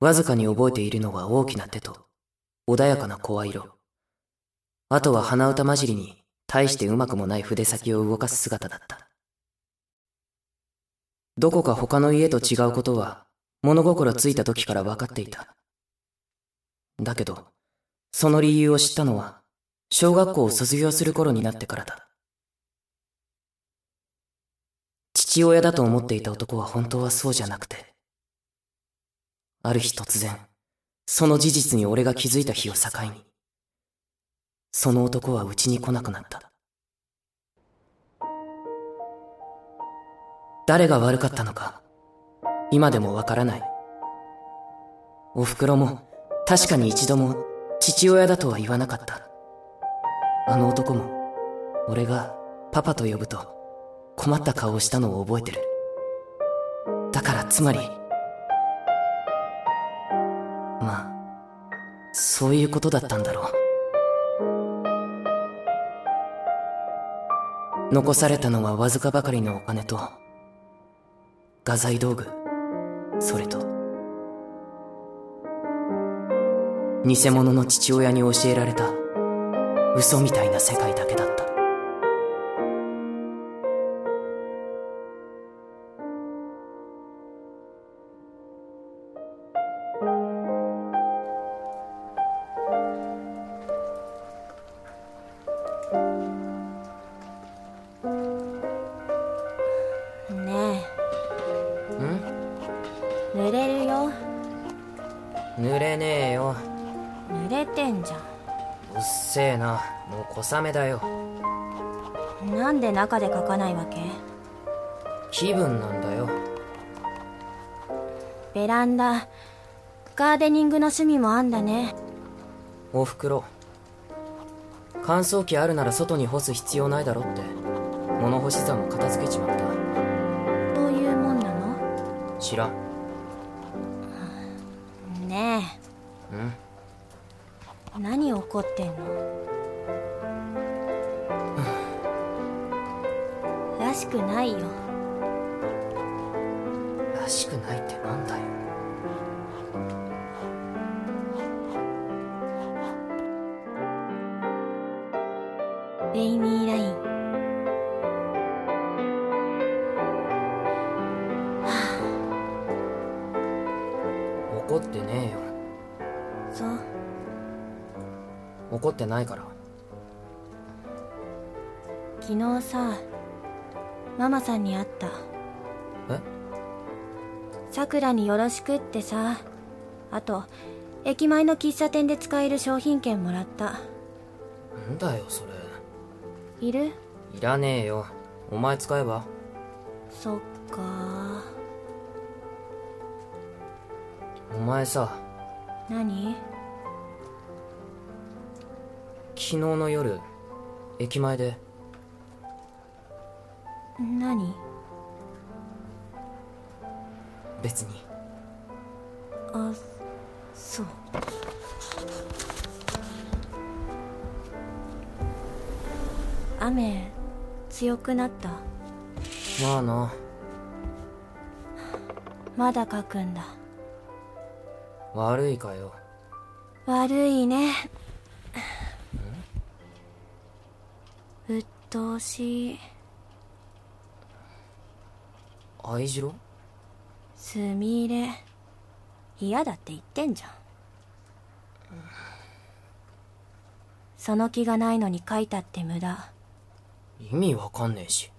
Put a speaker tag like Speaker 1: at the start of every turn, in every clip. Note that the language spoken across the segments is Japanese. Speaker 1: わずかに覚えているのは大きな手と、穏やかな声色。あとは鼻歌混じりに、大してうまくもない筆先を動かす姿だった。どこか他の家と違うことは、物心ついた時から分かっていた。だけど、その理由を知ったのは、小学校を卒業する頃になってからだ。父親だと思っていた男は本当はそうじゃなくて。ある日突然、その事実に俺が気づいた日を境に、その男はうちに来なくなった。誰が悪かったのか、今でもわからない。お袋も、確かに一度も、父親だとは言わなかった。あの男も、俺が、パパと呼ぶと、困った顔をしたのを覚えてる。だから、つまり、まあ、そういうことだったんだろう。残されたのはわずかばかりのお金と、画材道具、それと、偽物の父親に教えられた、嘘みたいな世界だけだった。
Speaker 2: ね
Speaker 1: ん
Speaker 2: え濡れるよ
Speaker 1: 濡れねえよ。
Speaker 2: 濡れてんじゃ
Speaker 1: うっせえな。もう小雨だよ。
Speaker 2: んなんで中で書かないわけ
Speaker 1: 気分なんだよ。
Speaker 2: ベランダガーデニングの趣味もあんだね
Speaker 1: おふくろ乾燥機あるなら外に干す必要ないだろって物干し竿も片付けちまった
Speaker 2: そういうもんなの
Speaker 1: 知らん
Speaker 2: ね
Speaker 1: うん
Speaker 2: え何怒ってんのらしくないよ
Speaker 1: らしくないってなんだよ
Speaker 2: レイミーライン
Speaker 1: 怒ってねえよ
Speaker 2: そう
Speaker 1: 怒ってないから
Speaker 2: 昨日さママさんに会った
Speaker 1: え
Speaker 2: さくらによろしくってさあと駅前の喫茶店で使える商品券もらった
Speaker 1: なんだよそれ
Speaker 2: いる
Speaker 1: いらねえよお前使えば
Speaker 2: そっか
Speaker 1: お前さ
Speaker 2: 何
Speaker 1: 昨日の夜駅前で
Speaker 2: 何
Speaker 1: 別に
Speaker 2: あそう雨強くなった
Speaker 1: まあな
Speaker 2: まだ書くんだ
Speaker 1: 悪いかよ
Speaker 2: 悪いね鬱陶しい
Speaker 1: 愛次郎
Speaker 2: すみれ嫌だって言ってんじゃんその気がないのに書いたって無駄
Speaker 1: 意味わかんねえし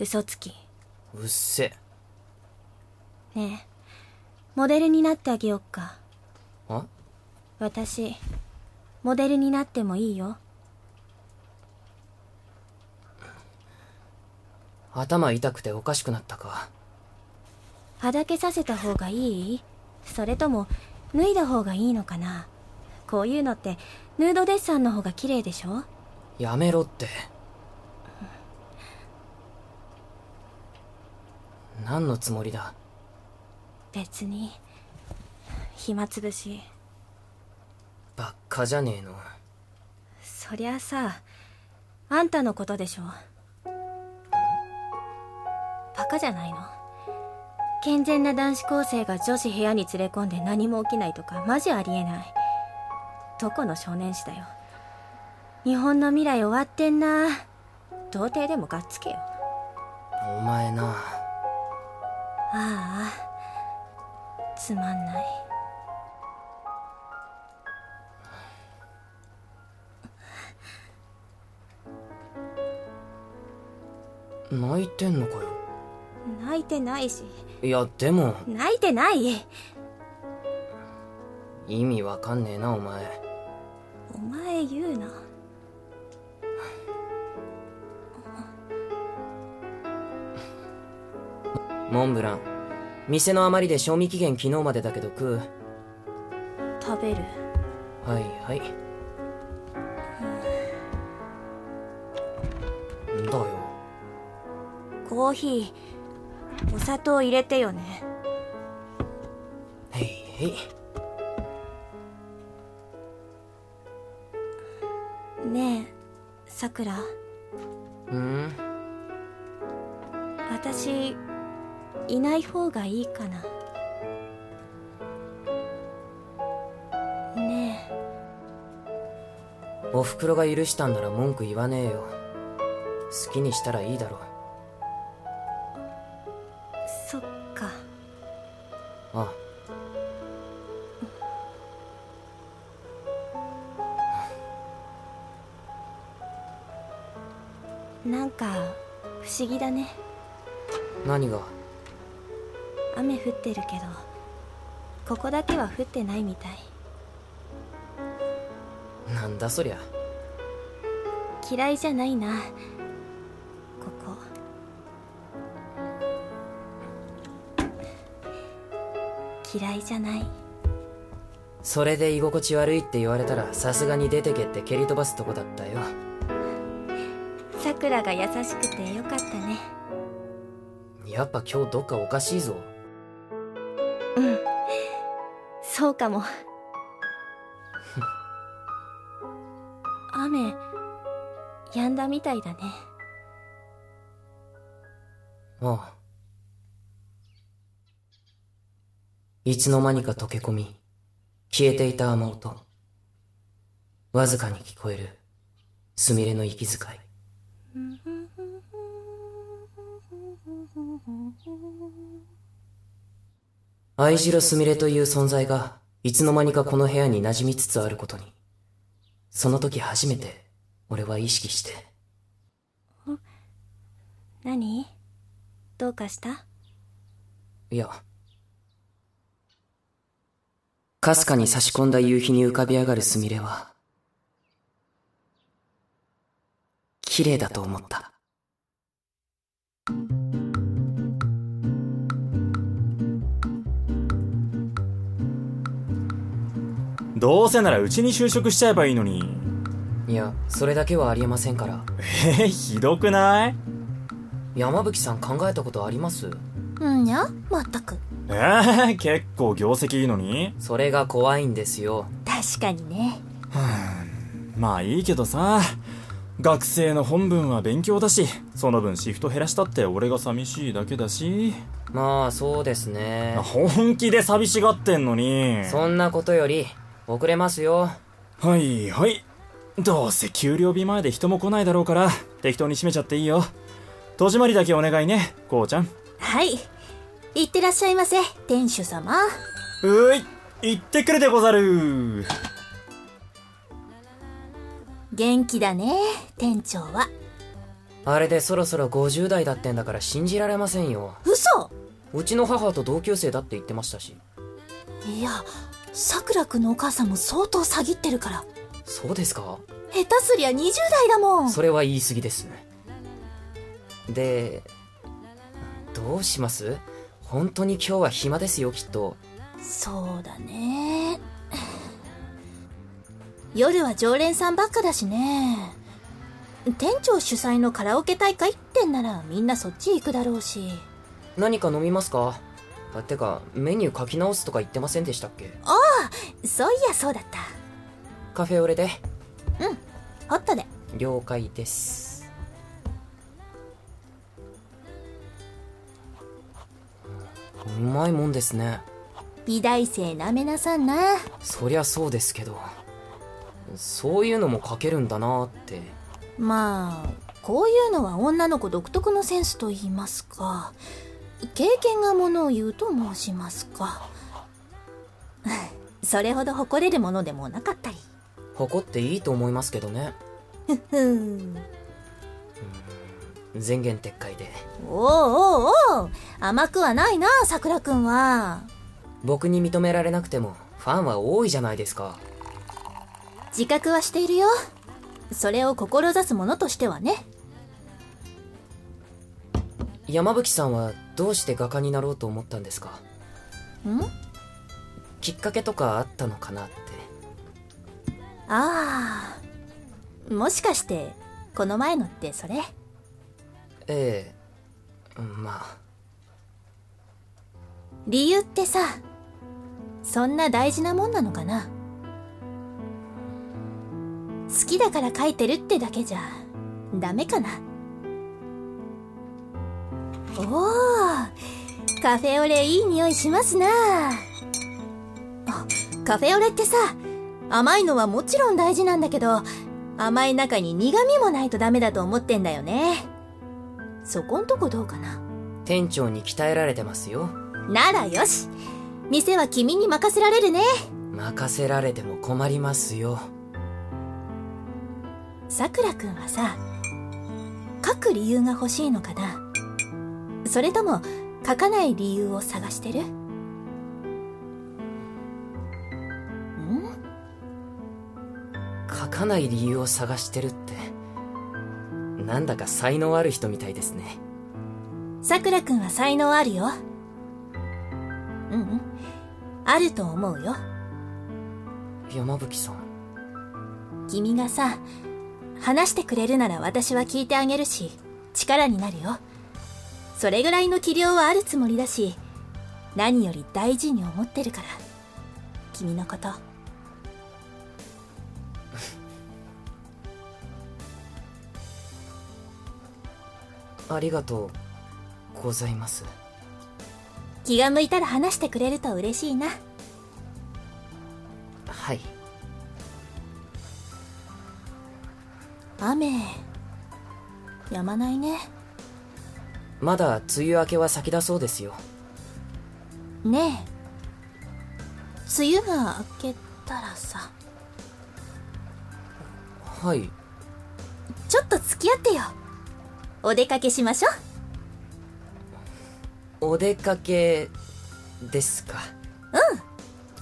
Speaker 2: 嘘つき
Speaker 1: うっせえ
Speaker 2: ねえモデルになってあげよっか
Speaker 1: あ
Speaker 2: 私モデルになってもいいよ
Speaker 1: 頭痛くておかしくなったか
Speaker 2: はだけさせた方がいいそれとも脱いだ方がいいのかなこういうのってヌードデッサンの方が綺麗でしょ
Speaker 1: やめろって何のつもりだ
Speaker 2: 別に暇つぶし
Speaker 1: ばっかじゃねえの
Speaker 2: そりゃさあんたのことでしょバカじゃないの健全な男子高生が女子部屋に連れ込んで何も起きないとかマジありえないどこの少年誌だよ日本の未来終わってんな童貞でもがっつけよ
Speaker 1: お前な
Speaker 2: ああつまんない
Speaker 1: 泣いてんのかよ
Speaker 2: 泣いてないし
Speaker 1: いやでも
Speaker 2: 泣いてない
Speaker 1: 意味わかんねえなお前
Speaker 2: お前言うな
Speaker 1: モンブラン店の余りで賞味期限昨日までだけど食う
Speaker 2: 食べる
Speaker 1: はいはいんだよ
Speaker 2: コーヒーお砂糖入れてよね
Speaker 1: へいへい
Speaker 2: ねえさくら
Speaker 1: うん
Speaker 2: 私いない方がいいかなねえ
Speaker 1: おふくろが許したんなら文句言わねえよ好きにしたらいいだろ
Speaker 2: そっか
Speaker 1: あ
Speaker 2: なんか不思議だね
Speaker 1: 何が
Speaker 2: 雨降ってるけどここだけは降ってないみたい
Speaker 1: なんだそりゃ
Speaker 2: 嫌いじゃないなここ嫌いじゃない
Speaker 1: それで居心地悪いって言われたらさすがに出てけって蹴り飛ばすとこだったよ
Speaker 2: さくらが優しくてよかったね
Speaker 1: やっぱ今日どっかおかしいぞ
Speaker 2: うんそうかも雨止んだみたいだね
Speaker 1: ああいつの間にか溶け込み消えていた雨音わずかに聞こえるすみれの息遣い愛白すみれという存在がいつの間にかこの部屋に馴染みつつあることにその時初めて俺は意識して
Speaker 2: 何どうかした
Speaker 1: いやかすかに差し込んだ夕日に浮かび上がるすみれは綺麗だと思った
Speaker 3: どうせならうちに就職しちゃえばいいのに。
Speaker 1: いやそれだけはありえませんから
Speaker 3: えー、ひどくない
Speaker 1: 山吹さん考えたことあります
Speaker 4: うんにゃまったく
Speaker 3: えー、結構業績いいのに。
Speaker 1: それが怖いんですよ
Speaker 4: 確かにね
Speaker 3: まあいいけどさ。学生の本分は勉強だし、その分シフト減らしたって俺が寂しいだけだし。
Speaker 1: まあそうですね
Speaker 3: 本気で寂しがってんのに。
Speaker 1: そんなことより遅れますよ
Speaker 3: はいはい。どうせ給料日前で人も来ないだろうから、適当に閉めちゃっていいよ。戸締まりだけお願いね、こうちゃん。
Speaker 4: はい行ってらっしゃいませ店主様
Speaker 3: うーい、行ってくるでござる。
Speaker 4: 元気だね店長は
Speaker 1: あれでそろそろ50代だってんだから信じられませんよ
Speaker 4: 嘘
Speaker 1: うちの母と同級生だって言ってましたし
Speaker 4: いやさくらくんのお母さんも相当詐欺ってるから
Speaker 1: そうですか
Speaker 4: 下手すりゃ20代だもん
Speaker 1: それは言い過ぎですでどうします本当に今日は暇ですよきっと
Speaker 4: そうだね夜は常連さんばっかだしね店長主催のカラオケ大会ってんならみんなそっち行くだろうし
Speaker 1: 何か飲みますかあてかメニュー書き直すとか言ってませんでしたっけ
Speaker 4: そういやそうだった
Speaker 1: カフェオレで
Speaker 4: ホットで
Speaker 1: 了解ですうまいもんですね
Speaker 2: 美大生なめなさんな
Speaker 1: そりゃそうですけどそういうのも書けるんだなって
Speaker 2: まあこういうのは女の子独特のセンスと言いますか経験がものを言うと申しますか それほど誇れるものでもなかったり
Speaker 1: 誇っていいと思いますけどね
Speaker 2: ふん
Speaker 1: 前言撤回で
Speaker 2: おうおうおう甘くはないなさくらくんは
Speaker 1: 僕に認められなくてもファンは多いじゃないですか
Speaker 2: 自覚はしているよそれを志す者としてはね
Speaker 1: 山吹さんはどうして画家になろうと思ったんですか
Speaker 2: ん
Speaker 1: きっかけとかあったのかなって
Speaker 2: ああもしかしてこの前のってそれ
Speaker 1: ええま
Speaker 2: 理由ってさそんな大事なもんなのかな好きだから書いてるってだけじゃダメかなおおカフェオレいい匂いしますなあカフェオレってさ甘いのはもちろん大事なんだけど甘い中に苦味もないとダメだと思ってんだよねそこんとこどうかな
Speaker 1: あ店長に鍛えられてますよ
Speaker 2: ならよし店は君に任せられるね
Speaker 1: 任せられても困りますよ
Speaker 2: さくらくんはさ書く理由が欲しいのかなそれとも書かない理由を探してるん
Speaker 1: 書かない理由を探してるってなんだか才能ある人みたいですね
Speaker 2: さくらくんは才能あるようんうんあると思うよ
Speaker 1: 山吹さん
Speaker 2: 君がさ話してくれるなら私は聞いてあげるし力になるよそれぐらいの器量はあるつもりだし何より大事に思ってるから君のこと
Speaker 1: ありがとうございます
Speaker 2: 気が向いたら話してくれると嬉しいな
Speaker 1: はい
Speaker 2: 雨やまないね
Speaker 1: まだ梅雨明けは先だそうですよ
Speaker 2: ねえ梅雨が明けたらさ
Speaker 1: はい
Speaker 2: ちょっと付き合ってよお出かけしましょ
Speaker 1: お出かけですか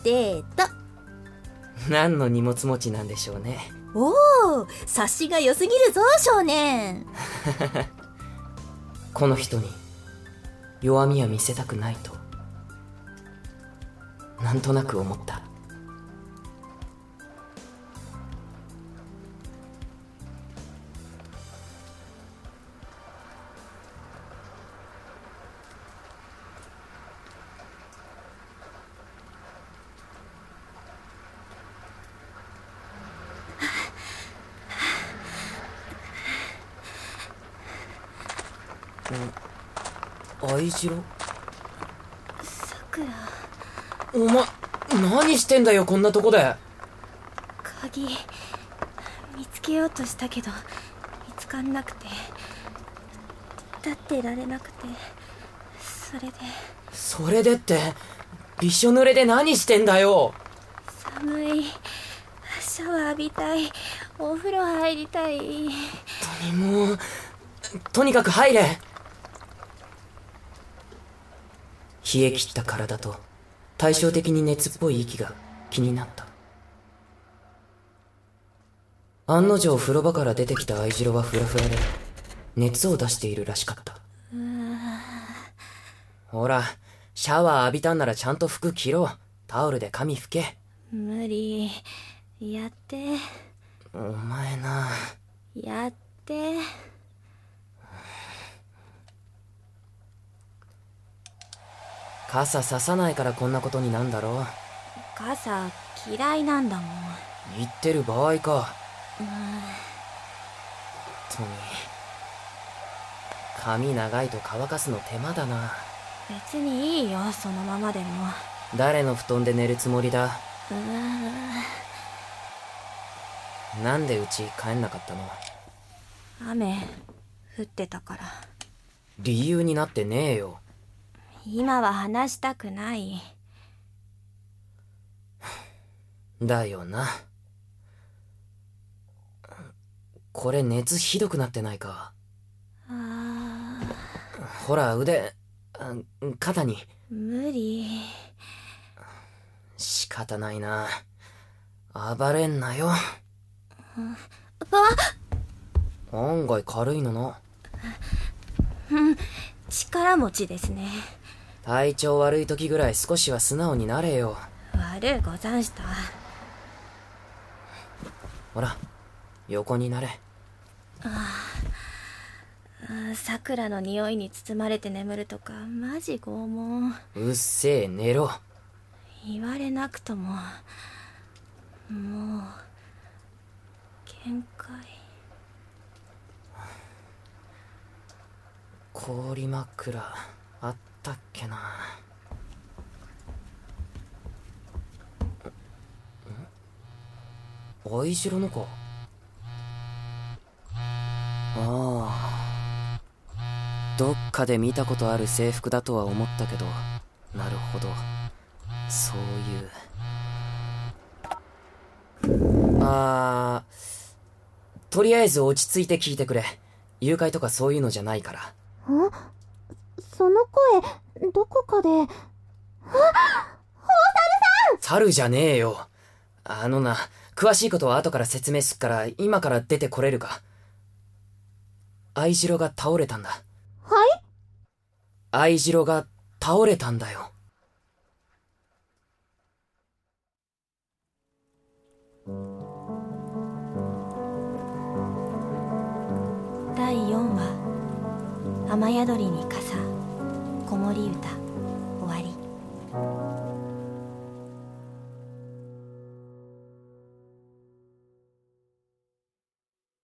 Speaker 2: デート
Speaker 1: 何の荷物持ちなんでしょうね
Speaker 2: おお察しが良すぎるぞ少年
Speaker 1: この人に弱みは見せたくないとなんとなく思った愛城
Speaker 5: さくら
Speaker 1: お前何してんだよこんなとこで
Speaker 5: 鍵見つけようとしたけど見つかんなくて立ってられなくてそれで
Speaker 1: それでってびしょ濡れで何してんだよ
Speaker 5: 寒いシャワー浴びたいお風呂入りたい
Speaker 1: もうとにかく入れ冷え切った体と対照的に熱っぽい息が気になった案の定風呂場から出てきた愛次郎はフラフラで熱を出しているらしかったほらシャワー浴びたんならちゃんと服着ろタオルで髪拭け
Speaker 5: 無理やって
Speaker 1: お前な
Speaker 5: やって
Speaker 1: 傘ささないからこんなことになんだろ
Speaker 5: 傘嫌いなんだもん
Speaker 1: 言ってる場合か本当に髪長いと乾かすの手間だな
Speaker 2: 別にいいよそのままでも
Speaker 1: 誰の布団で寝るつもりだ
Speaker 2: うーん
Speaker 1: なんでうち帰んなかったの
Speaker 2: 雨降ってたから
Speaker 1: 理由になってねえよ
Speaker 2: 今は話したくない
Speaker 1: だよなこれ熱ひどくなってないか
Speaker 2: あ
Speaker 1: ほら腕あ肩に
Speaker 2: ー無理
Speaker 1: 仕方ないな暴れんなよ案外軽いのな
Speaker 2: 力持ちですね
Speaker 1: 体調悪い時ぐらい少しは素直になれよ
Speaker 2: 悪うござんした
Speaker 1: ほら横になれ
Speaker 2: うん桜の匂いに包まれて眠るとかマジ拷問
Speaker 1: うっせえ寝ろ
Speaker 2: 言われなくとももう限界
Speaker 1: 氷枕あったっけなあいしろのかああどっかで見たことある制服だとは思ったけどなるほどそういうああとりあえず落ち着いて聞いてくれ誘拐とかそういうのじゃないから
Speaker 4: その声、どこかで、
Speaker 1: 猿じゃねえよ。あのな、詳しいことは後から説明すっから、今から出てこれるか。愛次郎が倒れたんだ。
Speaker 4: はい
Speaker 1: 愛次郎が倒れたんだよ。
Speaker 2: 第4話「雨宿りに傘子守唄」